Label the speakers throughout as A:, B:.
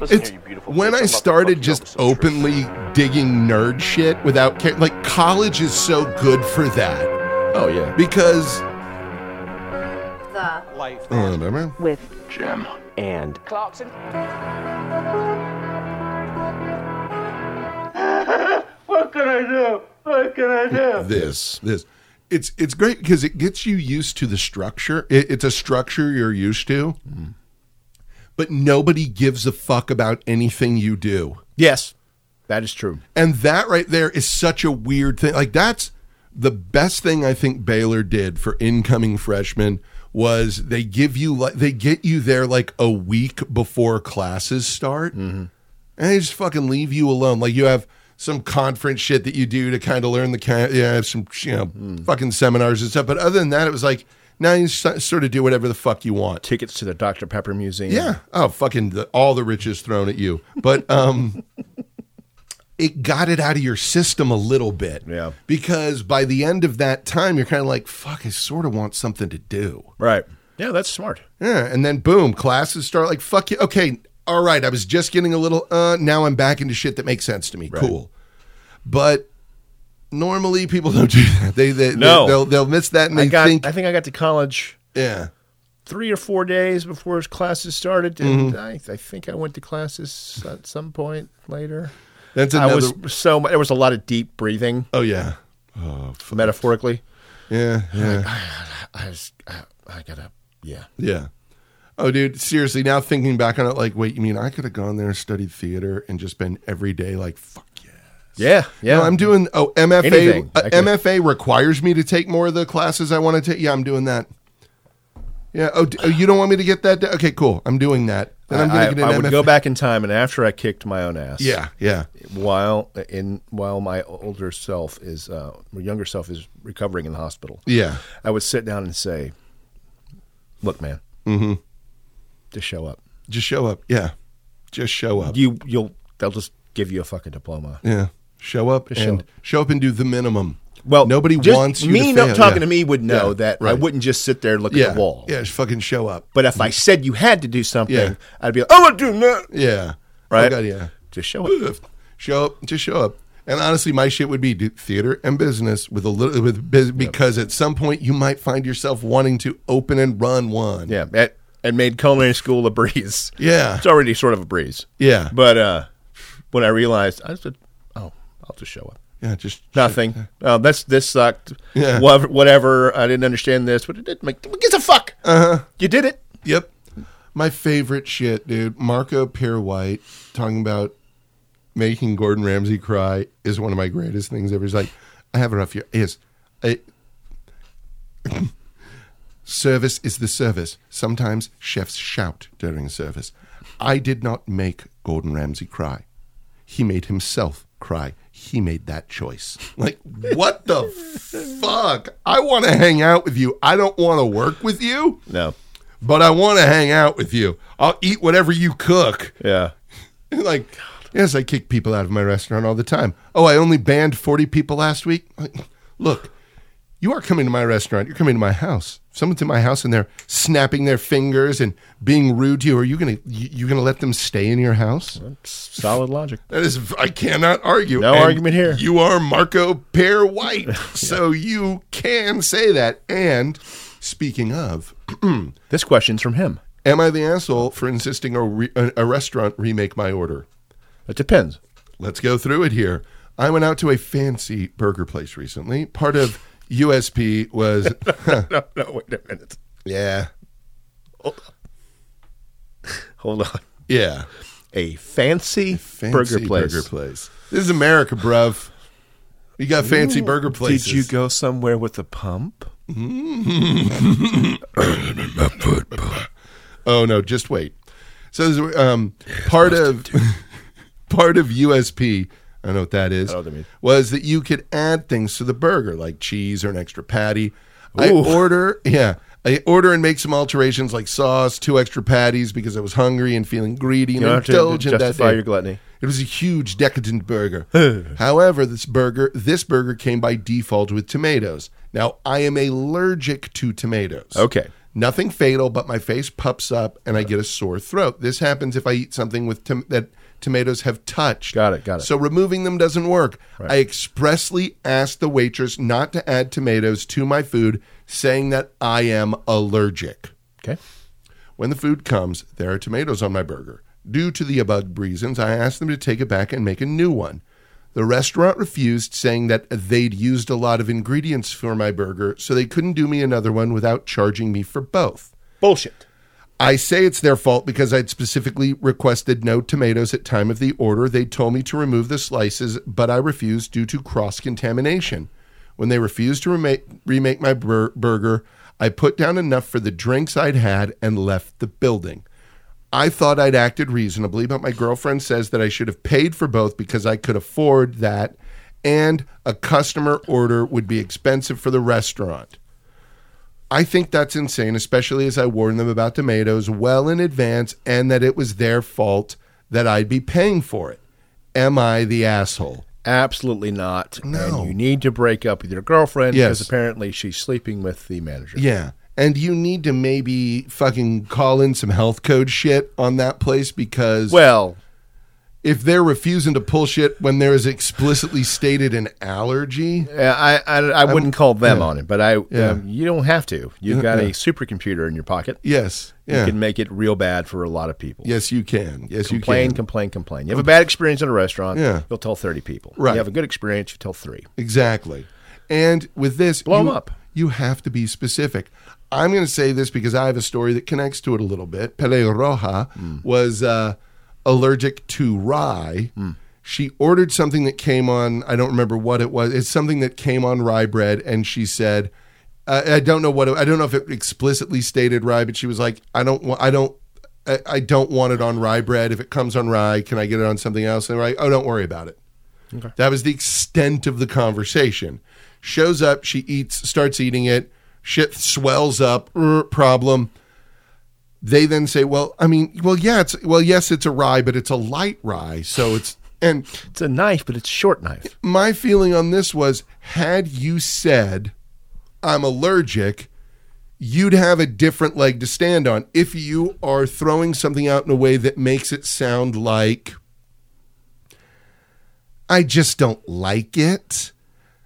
A: Listen
B: it's
A: here, you beautiful.
B: when
A: bitch, I'm
B: I
A: about to fuck
B: started
A: you up
B: just
A: with some truth.
B: openly digging nerd shit without care. Like college is so good for that
C: Oh yeah.
B: because
D: The
E: Life.
B: Oh, no, man.
F: with
A: Jim.
C: And
G: Clarkson.
A: What can I do? What can I do?
B: this this it's it's great because it gets you used to the structure. It, it's a structure you're used to, but nobody gives a fuck about anything you do.
C: yes, that is true.
B: And that right there is such a weird thing. Like that's the best thing I think Baylor did for incoming freshmen was they give you like they get you there like a week before classes start. And they just fucking leave you alone. Like you have some conference shit that you do to kind of learn the kind yeah, some you know, fucking seminars and stuff, but other than that it was like now you so- sort of do whatever the fuck you want.
C: Tickets to the Dr Pepper Museum.
B: Yeah. Oh, fucking the, all the riches thrown at you. But um it got it out of your system a little bit.
C: Yeah.
B: Because by the end of that time you're kind of like, fuck, I sort of want something to do.
C: Right. Yeah, that's smart.
B: Yeah, and then boom, classes start like fuck you. Okay, all right, I was just getting a little uh now I'm back into shit that makes sense to me. Cool. But normally people don't do that. They they
C: No.
B: they, will they'll miss that and
C: I
B: they
C: got.
B: think
C: I think I got to college
B: yeah.
C: three or four days before his classes started, and I, I think I went to classes at some point later.
B: That's another
C: I was so mu- there was a lot of deep breathing,
B: Oh yeah.
C: metaphorically.
B: Yeah. Yeah.
C: I just, I, I gotta, yeah.
B: Yeah. Oh, dude, seriously, now thinking back on it, like, wait, you mean I could have gone there and studied theater and just been every day like, fuck yeah.
C: Yeah, yeah.
B: No, I'm doing, oh, MFA.
C: Anything.
B: Uh,
C: I could-
B: MFA requires me to take more of the classes I want to take. Yeah, I'm doing that. Yeah. Oh, d- oh, you don't want me to get that? d- Okay, cool. I'm doing that. Then I'm
C: I,
B: going to get
C: I
B: an
C: would
B: MFA.
C: go back in time, and after I kicked my own ass,
B: Yeah, yeah.
C: while in while my older self is, uh, my younger self is recovering in the hospital,
B: Yeah.
C: I would sit down and say, "Look, man, just show up.
B: mm-hmm. Just show up. Yeah. Just show up.
C: You, you'll, they'll just give you a fucking diploma."
B: Yeah. Show up
C: Just show
B: and
C: up.
B: show up and do the minimum.
C: Well,
B: nobody
C: just
B: wants you
C: me
B: to
C: not
B: fail.
C: talking
B: Yeah.
C: to me would know
B: Yeah,
C: that I
B: right.
C: wouldn't just sit there and look
B: Yeah.
C: at the wall.
B: Yeah, just fucking show up.
C: But if I said you had to do something,
B: Yeah.
C: I'd be like, "I'm gonna do that."
B: Yeah.
C: Right?
B: Oh, God, yeah.
C: Just show up.
B: If- show up, just show up. And honestly, my shit would be do theater and business with a little with biz, because at some point you might find yourself wanting to open and run one.
C: Yeah, at, and made culinary school a breeze.
B: Yeah.
C: It's already sort of a breeze.
B: Yeah.
C: But uh, when I realized, I said, "Oh, I'll just show up."
B: yeah, just
C: Nothing. Oh, that's this sucked.
B: Yeah.
C: Whatever, whatever. I didn't understand this, but it did make. Who gives a fuck? Uh huh. You did it.
B: Yep. My favorite shit, dude. Marco Pierre White talking about making Gordon Ramsay cry is one of my greatest things ever. He's like, I have a rough year. Yes. I, service is the service. Sometimes chefs shout during service. I did not make Gordon Ramsay cry. He made himself cry. He made that choice. Like, what the fuck? I want to hang out with you. I don't want to work with you
C: No.
B: but I want to hang out with you. I'll eat whatever you cook.
C: Yeah.
B: like, yes, I kick people out of my restaurant all the time. Oh, I only banned 40 people last week. Like, look, you are coming to my restaurant. You're coming to my house. If someone's in my house and they're snapping their fingers and being rude to you. Are you gonna you, you gonna let them stay in your house?
C: Solid logic.
B: That is, I cannot argue.
C: No argument here.
B: You are Marco Pear White, so you can say that. And speaking of.
C: This question's from him.
B: Am I the asshole for insisting a, re- a, a restaurant remake my order?
C: It depends.
B: Let's go through it here. I went out to a fancy burger place recently. Part of USP was
C: No, no. Wait a minute.
B: yeah,
C: Hold on.
B: yeah,
C: A fancy,
B: fancy
C: burger place.
B: place. This is America, bruv. You got fancy burger places.
C: Did you go somewhere with a pump?
B: Oh no, just wait. So this is, um, part of part of USP. I don't know what that is.
C: know what that means.
B: Was that you could add things to the burger like cheese or an extra patty? I order, yeah, I order and make some alterations like sauce, two extra patties because I was hungry and feeling greedy and
C: You don't have to
B: indulgent that
C: justify
B: day.
C: your gluttony.
B: It was a huge decadent burger. However, this burger this burger came by default with tomatoes. Now I am allergic to tomatoes.
C: Okay.
B: Nothing fatal, but my face puffs up and I get a sore throat. This happens if I eat something with tom- that tomatoes have touched.
C: Got it, got it.
B: So removing them doesn't work. I expressly asked the waitress not to add tomatoes to my food, saying that I am allergic.
C: Okay.
B: When the food comes, there are tomatoes on my burger. Due to the above reasons, I asked them to take it back and make a new one. The restaurant refused, saying that they'd used a lot of ingredients for my burger, so they couldn't do me another one without charging me for both.
C: Bullshit.
B: I say it's their fault because I'd specifically requested no tomatoes at time of the order. They told me to remove the slices, but I refused due to cross-contamination. When they refused to remake, remake my bur- burger, I put down enough for the drinks I'd had and left the building. I thought I'd acted reasonably, but my girlfriend says that I should have paid for both because I could afford that and a customer order would be expensive for the restaurant. I think that's insane, especially as I warned them about tomatoes well in advance and that it was their fault that I'd be paying for it. Am I the asshole?
C: Absolutely not.
B: No.
C: And you need to break up with your girlfriend
B: Yes.
C: because apparently she's sleeping with the manager.
B: Yeah. And you need to maybe fucking call in some health code shit on that place because
C: Well,
B: if they're refusing to pull shit when there is explicitly stated an allergy,
C: uh, I, I, I wouldn't call them on it, but I
B: Yeah.
C: um, you don't have to. You've got
B: yeah.
C: a supercomputer in your pocket.
B: yes.
C: You
B: Yeah.
C: can make it real bad for a lot of people.
B: yes, you can. Yes, you
C: complain,
B: can. Um,
C: complain, complain. You have a bad experience at a restaurant,
B: Yeah.
C: you'll tell 30 people.
B: Right.
C: You have a good experience, you tell three.
B: Exactly. And with this,
C: Blow 'em
B: you-
C: up.
B: You have to be specific. I'm going to say this because I have a story that connects to it a little bit. Pele Roja
C: Hmm.
B: was uh, allergic to rye.
C: Hmm.
B: She ordered something that came on, I don't remember what it was. It's something that came on rye bread. And she said, I, I don't know what, it, I don't know if it explicitly stated rye, but she was like, I don't want, I don't, I, I don't want it on rye bread. If it comes on rye, can I get it on something else? And they're like, oh, don't worry about it. That was the extent of the conversation. Shows up, she eats, starts eating it, shit swells up, er, problem. They then say, "Well, I mean, well, yeah, it's well, yes, it's a rye, but it's a light rye, so it's." And
C: It's a knife, but it's a short knife.
B: my feeling on this was, had you said, "I'm allergic," you'd have a different leg to stand on. If you are throwing something out in a way that makes it sound like, "I just don't like it,"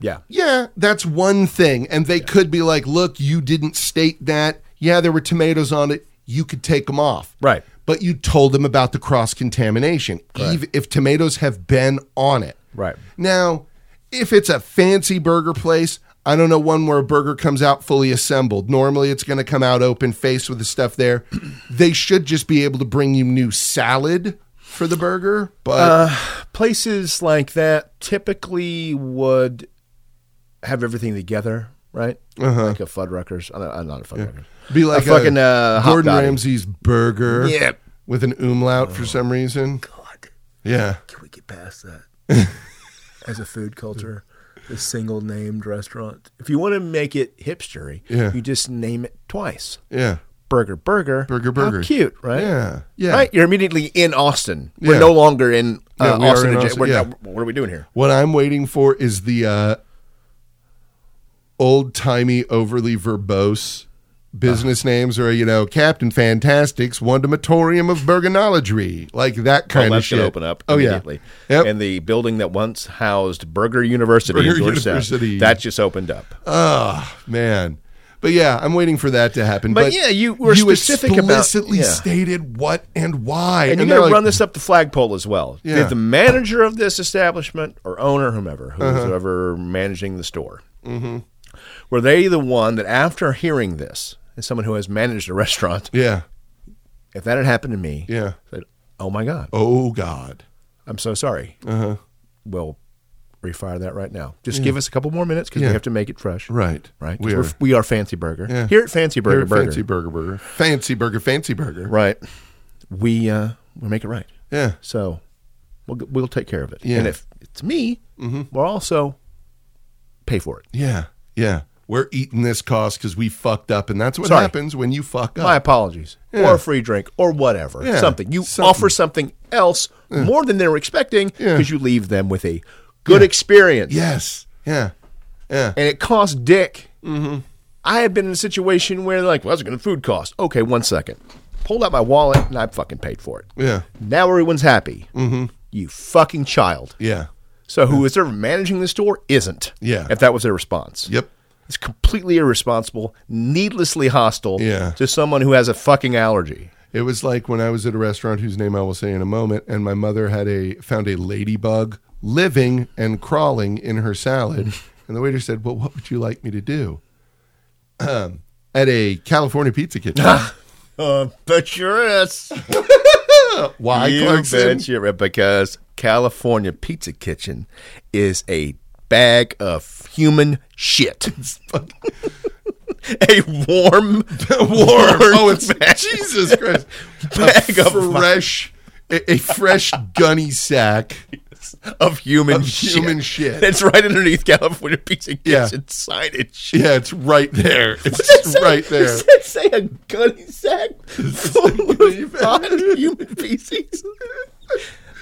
C: Yeah.
B: Yeah, that's one thing. And they could be like, look, you didn't state that. Yeah, there were tomatoes on it. You could take them off.
C: Right.
B: But you told them about the cross contamination, even if tomatoes have been on it.
C: Right.
B: Now, if it's a fancy burger place, I don't know one where a burger comes out fully assembled. Normally, it's going to come out open faced with the stuff there. they should just be able to bring you new salad for the burger. But
C: Places like that typically would have everything together, right? Uh-huh. Like a Fuddruckers. I'm not, I'm not a Fuddruckers.
B: be like a
C: fucking, uh, hot
B: Gordon
C: dog.
B: Ramsay's burger.
C: Yep. Oh
B: With an umlaut for some reason.
E: God,
B: Yeah.
E: can we get past that? As a food culture, the single named restaurant.
C: If you want to make it hipstery,
B: Yeah.
C: you just name it twice.
B: Yeah.
C: Burger, burger,
B: Burger,
C: How
B: burger.
C: cute, right?
B: Yeah. Yeah.
C: Right, you're immediately in Austin. We're
B: Yeah.
C: no longer in uh,
B: No, we are
C: Austin.
B: in
C: adja-
B: Austin,
C: we're
B: yeah.
C: not- what are we doing here?
B: What I'm waiting for is the uh, old timey, overly verbose
C: Uh-huh.
B: business names or, you know, Captain Fantastic's Wondamatorium of Burgonology. Like that
C: Oh,
B: kind of
C: that's
B: shit.
C: gonna open up
B: Oh, yeah.
C: immediately.
B: Yep.
C: And the building that once housed Burger University in
B: Burger
C: Georgetown,
B: University.
C: that just opened up.
B: Oh, man. But yeah, I'm waiting for that to happen.
C: But yeah, you were specific about-
B: explicitly
C: yeah.
B: stated what and why,
C: And,
B: they're
C: you're going
B: like,
C: to run this up the flagpole as well.
B: Yeah.
C: Did the manager of this establishment or owner, whomever,
B: Uh-huh.
C: whoever managing the store,
B: Mm-hmm.
C: were they the one that after hearing this, as someone who has managed a restaurant,
B: Yeah,
C: if that had happened to me,
B: yeah.
C: said, oh my God,
B: Oh God. Uh-huh.
C: I'm so sorry. We'll refire that right now. Just give us a couple more minutes because
B: Yeah.
C: we have to make it fresh.
B: Right.
C: Right. 'Cause
B: We
C: we're,
B: are.
C: we are Fancy Burger.
B: Yeah.
C: Here at Fancy Burger
B: Very
C: Burger.
B: Fancy burger, burger. Fancy burger, fancy burger.
C: Right. We uh, we make it right.
B: Yeah.
C: So we'll we'll take care of it.
B: Yeah. Mm-hmm.
C: And if it's me, we'll also pay for it.
B: Yeah. Yeah. We're eating this cost because we fucked up, and that's what
C: Sorry.
B: happens when you fuck up.
C: My apologies.
B: Oh. Yeah.
C: Or a free drink or whatever.
B: Yeah.
C: Something. You
B: Something.
C: offer something else more than they were expecting
B: Yeah.
C: because you leave them with a good experience.
B: yes. Yeah. Yeah. Mm-hmm.
C: And it costs dick I had been in a situation where, like, well, it's going to food cost. Okay, one second. Pulled out my wallet and I fucking paid for it.
B: Yeah.
C: Now everyone's happy. Mm-hmm. You fucking child.
B: Yeah.
C: So who is ever managing the store isn't.
B: Yeah.
C: If that was their response.
B: Yep.
C: It's completely irresponsible, needlessly hostile
B: Yeah.
C: to someone who has a fucking allergy.
B: It was like when I was at a restaurant whose name I will say in a moment, and my mother had a found a ladybug living and crawling in her salad, and the waiter said, "Well, what would you like me to do?" Um, at a California pizza kitchen.
C: Uh, bet your ass.
B: Why,
C: you
B: Clarkson?
C: bet your ass. Because California Pizza Kitchen is a bag of human shit. a warm, warm,
B: Oh, it's
C: bag,
B: Jesus Christ!
C: bag
B: a
C: of,
B: fresh, a, a fresh gunny sack.
C: of human
B: of
C: shit.
B: human shit.
C: That's right underneath California Pizza
B: Yeah.
C: Kitchen signage.
B: Yeah, it's right there. It's
C: Does that say-
B: right there.
C: Does that say a gunny sack full of rotten human feces?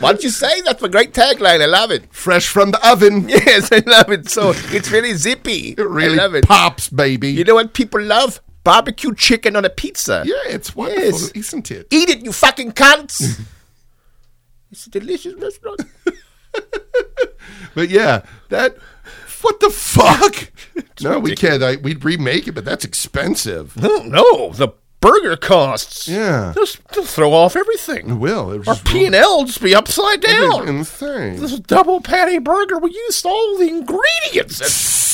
C: Why don't you say that's a great tagline? I love it.
B: Fresh from the oven.
C: Yes, I love it. So it's really zippy.
B: It really
C: I love it.
B: pops, baby.
C: You know what people love? Barbecue chicken on a pizza.
B: yeah, it's wonderful,
C: Yes.
B: isn't it?
C: Eat it, you fucking cunts. it's a delicious restaurant.
B: But yeah, that. What the fuck? no, we can't. I, we'd remake it, but that's expensive.
C: no, Oh, no, the burger costs.
B: Yeah.
C: They'll, they'll throw off everything.
B: It will. It was
C: Our
B: just-
C: P and L just be upside
B: it was
C: down.
B: insane.
C: This double patty burger. We used all the ingredients.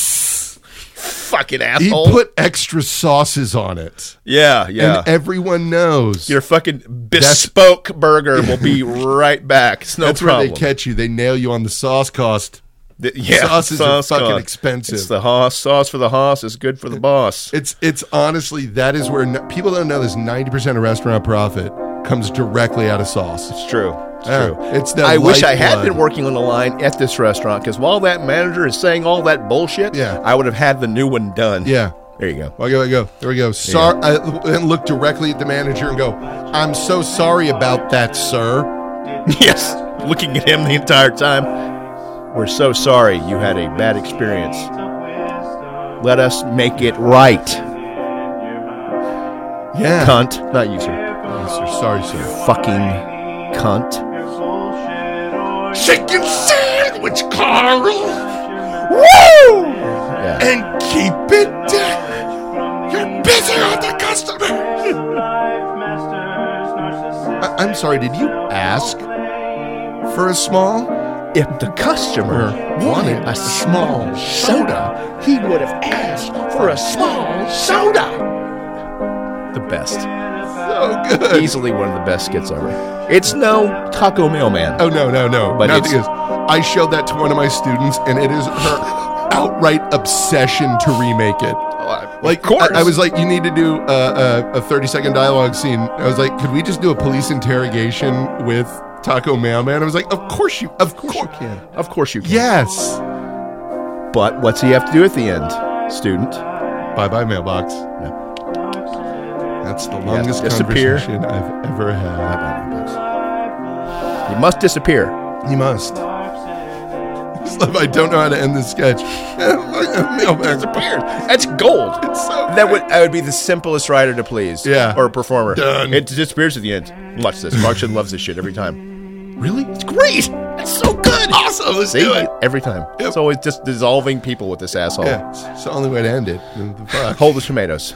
C: Fucking
B: He
C: asshole.
B: put extra sauces on it,
C: yeah, yeah.
B: and everyone knows.
C: Your fucking bespoke burger will be right back. It's no
B: that's
C: problem.
B: where they catch you. They nail you on the sauce cost.
C: The- yeah,
B: Sauces are fucking
C: cost.
B: expensive.
C: It's the hoss. Sauce for the hoss is good for the boss.
B: It's it's honestly that is where n- people don't know this. Ninety percent of restaurant profit comes directly out of sauce.
C: It's true. It's
B: Yeah,
C: true.
B: it's the
C: I wish I had
B: lifeblood.
C: been working on the line at this restaurant because while that manager is saying all that bullshit,
B: Yeah.
C: I would have had the new one done.
B: Yeah.
C: There you go.
B: Well, go, go. There we go. Sorry, I, and look directly at the manager and go, "I'm so sorry about that, sir."
C: yes. Looking at him the entire time. We're so sorry you had a bad experience. Let us make it right,
B: Yeah.
C: cunt. Not you, sir.
B: Yes, sir. Sorry, sir.
C: Fucking cunt.
B: Chicken sandwich, Carl,
C: Woo! Yeah.
B: and keep it. You're busy on the customer. I- I'm sorry. Did you Uh, ask for a small?
C: If the customer
B: Uh-huh.
C: wanted a small soda, he would have asked for a small soda. The best.
B: So Oh, good.
C: Easily one of the best skits ever. It's no Taco Mailman.
B: Oh no, no, no!
C: But
B: Nothing
C: it's-
B: is. I showed that to one of my students, and it is her outright obsession to remake it. Like,
C: of course.
B: Oh, I, I was like, you need to do a, a, a thirty-second dialogue scene. I was like, could we just do a police interrogation with Taco Mailman? I was like, of course you, of course you can.
C: Of course you can.
B: Yes.
C: But what's he have to do at the end, student?
B: Bye, bye, mailbox. That's the longest
C: disappear.
B: conversation I've ever had.
C: You must disappear.
B: You must. I don't know how to end this sketch. Mailman.
C: Disappears. That's gold.
B: It's so
C: That would that would be the simplest writer to please.
B: Yeah.
C: Or a performer.
B: Done.
C: It disappears at the end. Watch this. Markson loves this shit every time.
B: really.
C: It's great. That's so good.
B: Awesome. Let's
C: See?
B: do it.
C: Every time.
B: Yep.
C: It's always just dissolving people with this asshole.
B: Yeah, it's the only way to end it. The fuck?
C: Hold the tomatoes.